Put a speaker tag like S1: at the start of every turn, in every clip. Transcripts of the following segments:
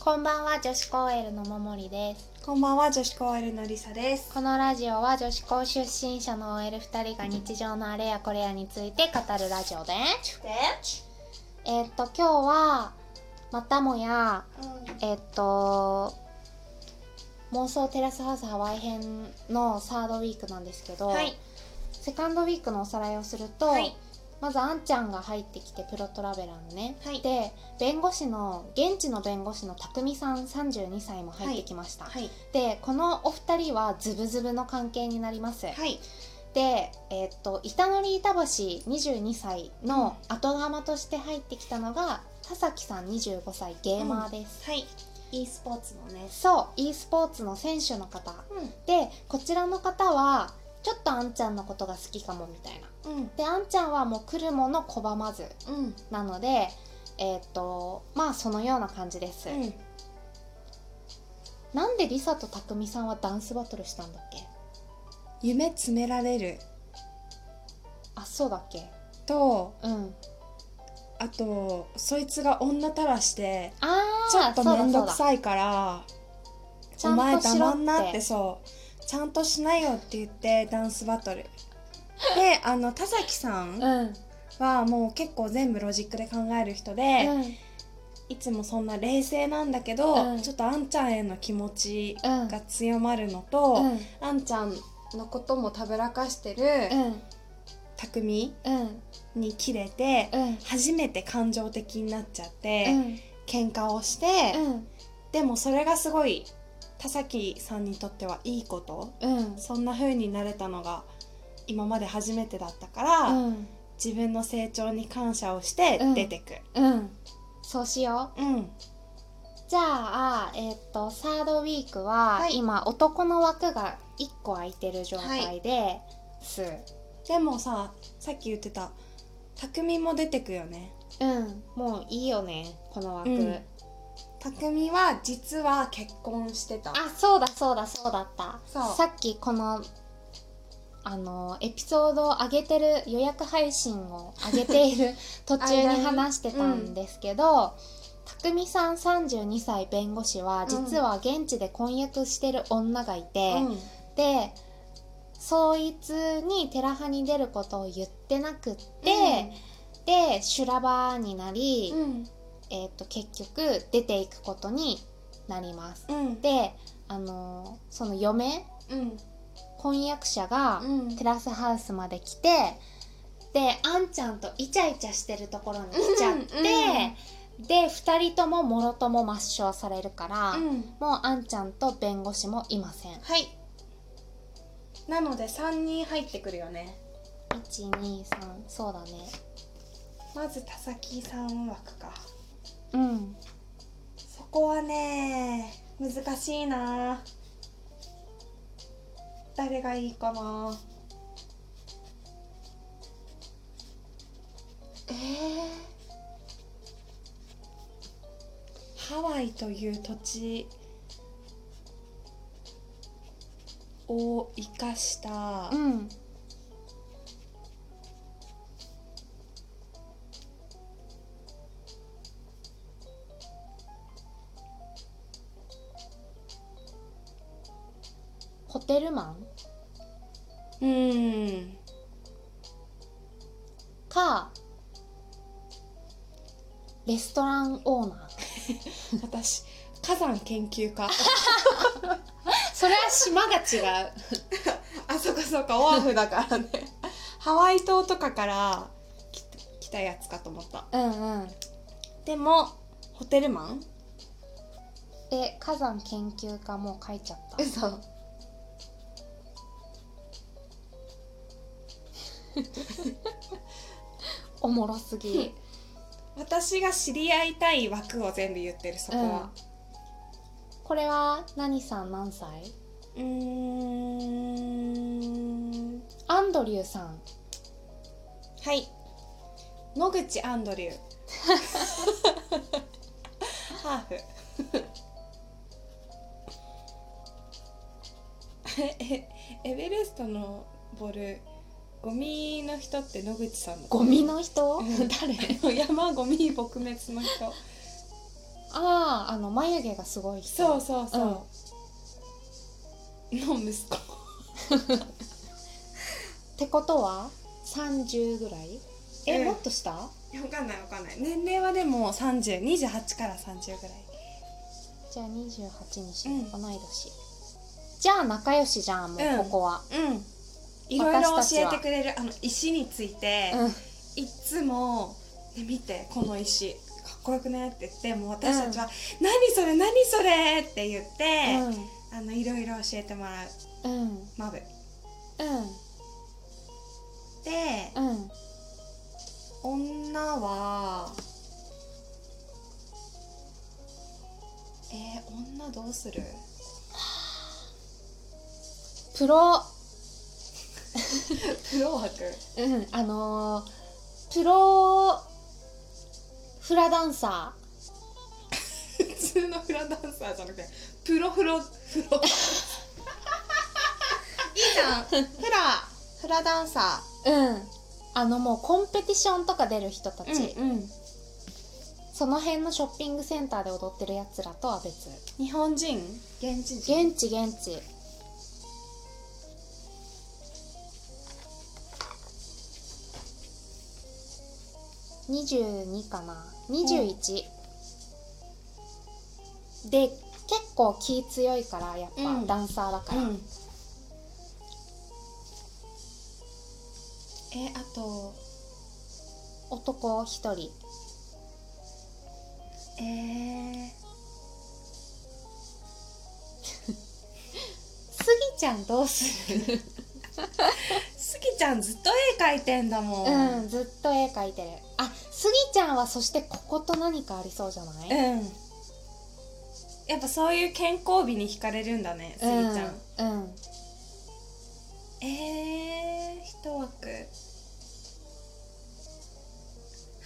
S1: こんばんは女子高 L のももりです
S2: こんばんは、女子高 L のりさです。
S1: このラジオは女子高出身者の OL2 人が日常のあれやこれやについて語るラジオですえーっと今日はまたもや
S2: う
S1: えーっと妄想テラスハウスハワイ編のサードウィークなんですけど、
S2: はい
S1: セカンドウィークのおさらいをすると、
S2: はい
S1: まずあんちゃんが入ってきてプロトラベラーのね、
S2: はい
S1: で弁護士の現地の弁護士の匠さん32歳も入ってきました、
S2: はい。
S1: でこのお二人はズブズブの関係になります、
S2: はい。
S1: で、えーっと板乗り板橋22歳の後釜として入ってきたのが田崎さん25歳ゲーマーです、
S2: はい。e スポーツのね。
S1: そう e スポーツの選手の方でこちらの方はちょっとあんちゃんのことが好きかもみたいな
S2: うん。うん。
S1: であんちゃんはもう来るもの拒まず
S2: うん。
S1: なのでえーっとまあそのような感じです、
S2: うん。
S1: なんでリサとたくみさんはダンスバトルしたんだっけ
S2: 夢詰められる
S1: あそうだっけ
S2: と、
S1: うん
S2: あと、そいつが女たらして、
S1: あー
S2: ちょっと
S1: そう
S2: め
S1: だ
S2: んどく
S1: そうだ
S2: さいから、
S1: ち
S2: お
S1: ゃんと
S2: 前
S1: しろ
S2: 黙んなってそう。ちゃんとしないよって言って、ダンスバトル。で、あの、田崎さん
S1: うん、うん
S2: はもう結構全部ロジックで考える人で、いつもそんな冷静なんだけど、
S1: うん
S2: ちょっとあんちゃんへの気持ち
S1: うん
S2: が強まるのと、
S1: うん
S2: あんちゃんのこともたぶらかしてる、
S1: うん
S2: 匠
S1: うん
S2: に切れて、
S1: うん
S2: 初めて感情的になっちゃって、
S1: うん
S2: 喧嘩をして、でもそれがすごい田崎さんにとってはいいこと
S1: うん
S2: そんな風になれたのが今まで初めてだったから、
S1: うん
S2: 自分の成長に感謝をして出てく。
S1: うんそうしよ
S2: うん
S1: うじゃあえーっとサードウィークは、
S2: はい
S1: 今男の枠が一個空いてる状態です、
S2: でもささっき言ってた匠も出てくよね
S1: うんもういいよねこの枠、
S2: うん匠は実は結婚してた
S1: あそうだそうだそうだった
S2: そう
S1: さっきこのあのエピソードを上げてる予約配信を上げている途中
S2: 間
S1: に
S2: に
S1: 話してたんですけど、たくみさん32歳弁護士は
S2: ん
S1: 実は現地で婚約してる女がいて、
S2: うん
S1: でそいつに寺派に出ることを言ってなくって、で修羅場になり、
S2: うん
S1: えー、と結局出ていくことになります。
S2: うん
S1: であのその嫁
S2: うん
S1: 婚約者が
S2: うん
S1: テラスハウスまで来てであんちゃんとイチャイチャしてるところに来ちゃって、で2人とももろとも抹消されるから、
S2: うん
S1: もうあんちゃんと弁護士もいません
S2: はいなので3人入ってくるよね
S1: 123そうだね
S2: まず田崎さん枠か
S1: うん
S2: そこはね難しいな誰がいいかな
S1: え
S2: ハワイという土地を生かした
S1: うんホテルマン
S2: うん
S1: かレストランオーナー
S2: 私火山研究 家
S1: それは島が違う
S2: あそこそこオアフだからねハワイ島とかから来た来たやつかと思った
S1: うんうん
S2: でもホテルマン
S1: え火山研究家もう書いちゃった
S2: 嘘
S1: おもろすぎ
S2: 私が知り合いたい枠を全部言ってるそこは
S1: これは何さん何歳
S2: うーん
S1: アンドリューさん
S2: はい野口アンドリューハーフえエベレストのボルゴミの人って野口さんの
S1: ゴミの人
S2: うん誰山ゴミ撲滅の人
S1: あああの眉毛がすごい人
S2: そうそうそう、の息子
S1: ってことは30ぐらいえ、
S2: うん
S1: もっと下
S2: いやわかんないわかんない年齢はでも3028から30ぐらい
S1: じゃあ28にして同い年、じゃあ仲良しじゃんもううんここは、
S2: うんいろいろ
S1: 私たち
S2: 教
S1: は
S2: えてくれるあの石について、
S1: うん
S2: いっつも、ね、見てこの石かっこよくねって言ってもう私たちは「何それ何それ!」って言って、あのいろいろ教えてもらう
S1: うんうん
S2: マブ
S1: う
S2: で
S1: んうん
S2: 女はえー、女どうする
S1: プロ
S2: プロ枠
S1: うんあのープロフラダンサ
S2: 普通のフラダンサーじゃなくてプロフロフロいいじゃんフラフラダンサ
S1: ーうんあのもうコンペティションとか出る人たち、
S2: ーうんうん
S1: その辺のショッピングセンターで踊ってるやつらとは別
S2: 日本人現地人
S1: 現地現地22かな21、で結構気強いからやっぱ、
S2: うん
S1: ダンサーだから、
S2: うんえあと
S1: 男一人
S2: えー、
S1: スギちゃんどうする
S2: スギちゃんずっと絵描いてんだもん
S1: うんずっと絵描いてるあスギちゃんはそしてここと何かありそうじゃない、
S2: うんやっぱそういう健康美に惹かれるんだねスギちゃん、
S1: うん、うん、
S2: えー、一枠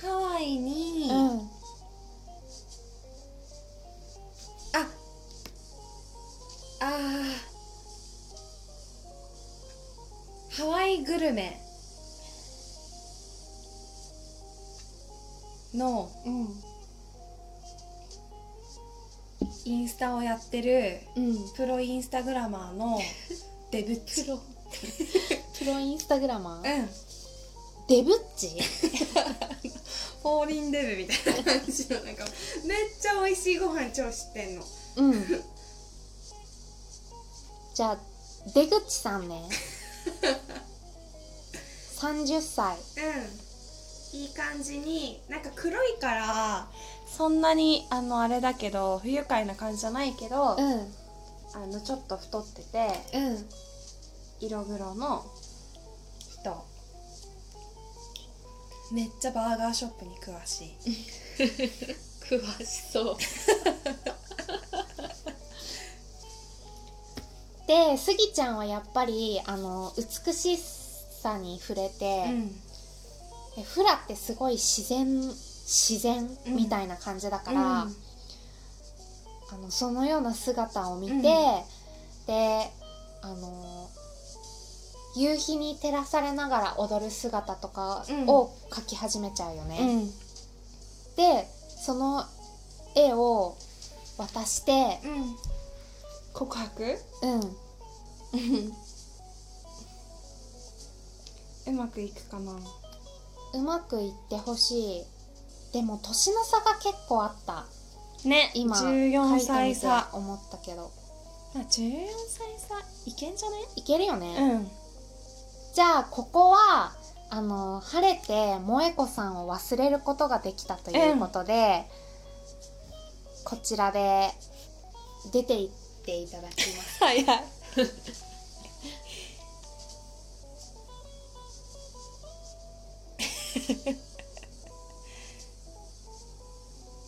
S2: ハワイに、あ
S1: うん
S2: あーハワイグルメの
S1: うん
S2: インスタをやってる
S1: うん
S2: プロインスタグラマー のデブッチうん
S1: プロインスタグラマー、 デブッチ
S2: 法輪デブみたいな感じのなんかめっちゃ美味しいご飯超知ってんの
S1: うんじゃあ出口さん ね30歳
S2: うんいい感じになんか黒いからそんなにあのあれだけど不愉快な感じじゃないけど、
S1: うん
S2: あのちょっと太ってて
S1: うん
S2: 色黒の人めっちゃバーガーショップに詳しい
S1: 詳しそうでスギちゃんはやっぱりあの美しさに触れて、
S2: ん
S1: えフラってすごい自然自然
S2: うん
S1: みたいな感じだから、
S2: うん
S1: あのそのような姿を見て、
S2: うん
S1: であの夕日に照らされながら踊る姿とかを描き始めちゃうよね。
S2: うん
S1: でその絵を渡して、
S2: うん告白
S1: うん、
S2: うまくいくかな
S1: うまくいってほしいでも年の差が結構あった
S2: ね
S1: 今
S2: 14歳
S1: 描いてみ
S2: 差
S1: て思ったけど
S2: まあ14歳差いけんじゃね
S1: いけるよね、
S2: うん
S1: じゃあここはあの晴れて萌子さんを忘れることができたということで、こちらで出ていっていただきます
S2: 早い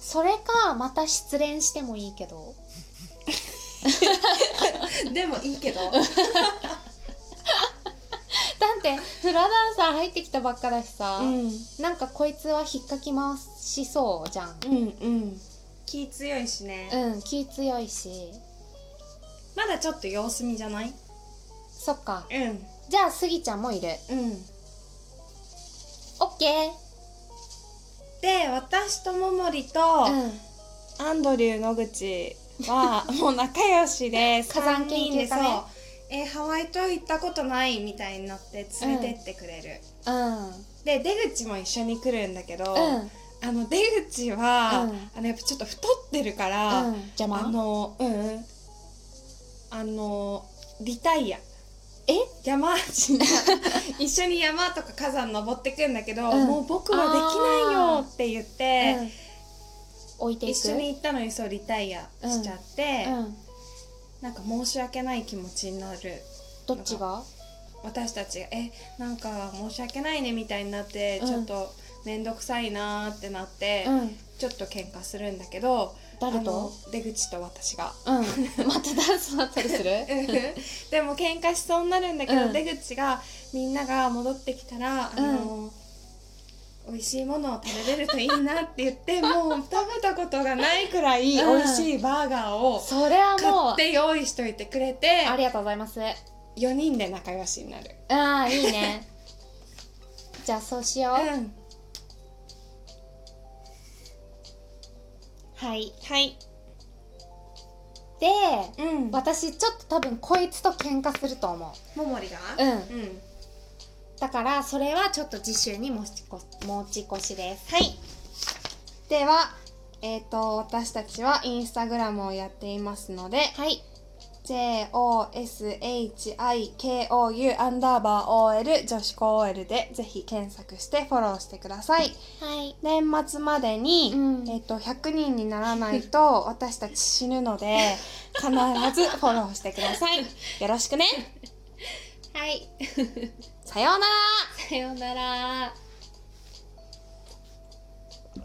S1: それかまた失恋してもいいけど
S2: でもいいけど
S1: だってフラダンサー入ってきたばっかだしさ、
S2: うん
S1: なんかこいつは引っかき回しそうじゃん
S2: うんうん気強いしね、
S1: うん気強いし
S2: まだちょっと様子見じゃない
S1: そっか
S2: うん
S1: じゃあスギちゃんもいる
S2: うん
S1: オッケ
S2: で私とももりと、
S1: ーうん
S2: アンドリュー野口はもう仲良しで
S1: 火山研究家ね
S2: 三人でそうえーハワイ島行ったことないみたいになって連れてってくれる、
S1: うん
S2: で出口も一緒に来るんだけど、
S1: うん
S2: あの出口は、
S1: うん
S2: あのやっぱちょっと太ってるから、
S1: うん邪魔
S2: あのうんうんあのリタイア
S1: え
S2: 山しない一緒に山とか火山登ってくんだけど、
S1: うん
S2: もう僕はできないよって言って、
S1: うん置いていく
S2: 一緒に行ったのにそうリタイアしちゃって、
S1: うん、
S2: なんか申し訳ない気持ちになる
S1: どっちが
S2: 私たちがえなんか申し訳ないねみたいになって、
S1: うん
S2: ちょっと面倒くさいなーってなって、
S1: うん
S2: ちょっと喧嘩するんだけど
S1: 誰
S2: あの
S1: と
S2: 出口と私が。
S1: うん またダンスだったりする
S2: うん でも喧嘩しそうになるんだけど、
S1: うん
S2: 出口がみんなが戻ってきたら、あの美味しいものを食べれるといいなって言って もう食べたことがないくらい美
S1: うん
S2: 味しいバーガーを
S1: それは
S2: 買
S1: も
S2: っ
S1: う
S2: て用意しといてくれて
S1: ありがとうございます
S2: 4人で仲良しになる。
S1: ああいいねじゃあそうしよう、
S2: うん、
S1: はい
S2: はい、
S1: で
S2: うん、
S1: 私ちょっと多分こいつと喧嘩すると思
S2: ももりが
S1: ううん
S2: うん、うん、
S1: だからそれはちょっと次週に持ちこ持ち越しです
S2: はいではえっ、と私たちはインスタグラムをやっていますので
S1: はい、
S2: JOSHIKOU アンダーバー OL 女子高 OL でぜひ検索してフォローしてください
S1: はい、
S2: 年末までに、
S1: うん
S2: えっと100人にならない と私たち死ぬので必ずフォローしてくださいよろしくね
S1: はい、
S2: さようなら
S1: さようなら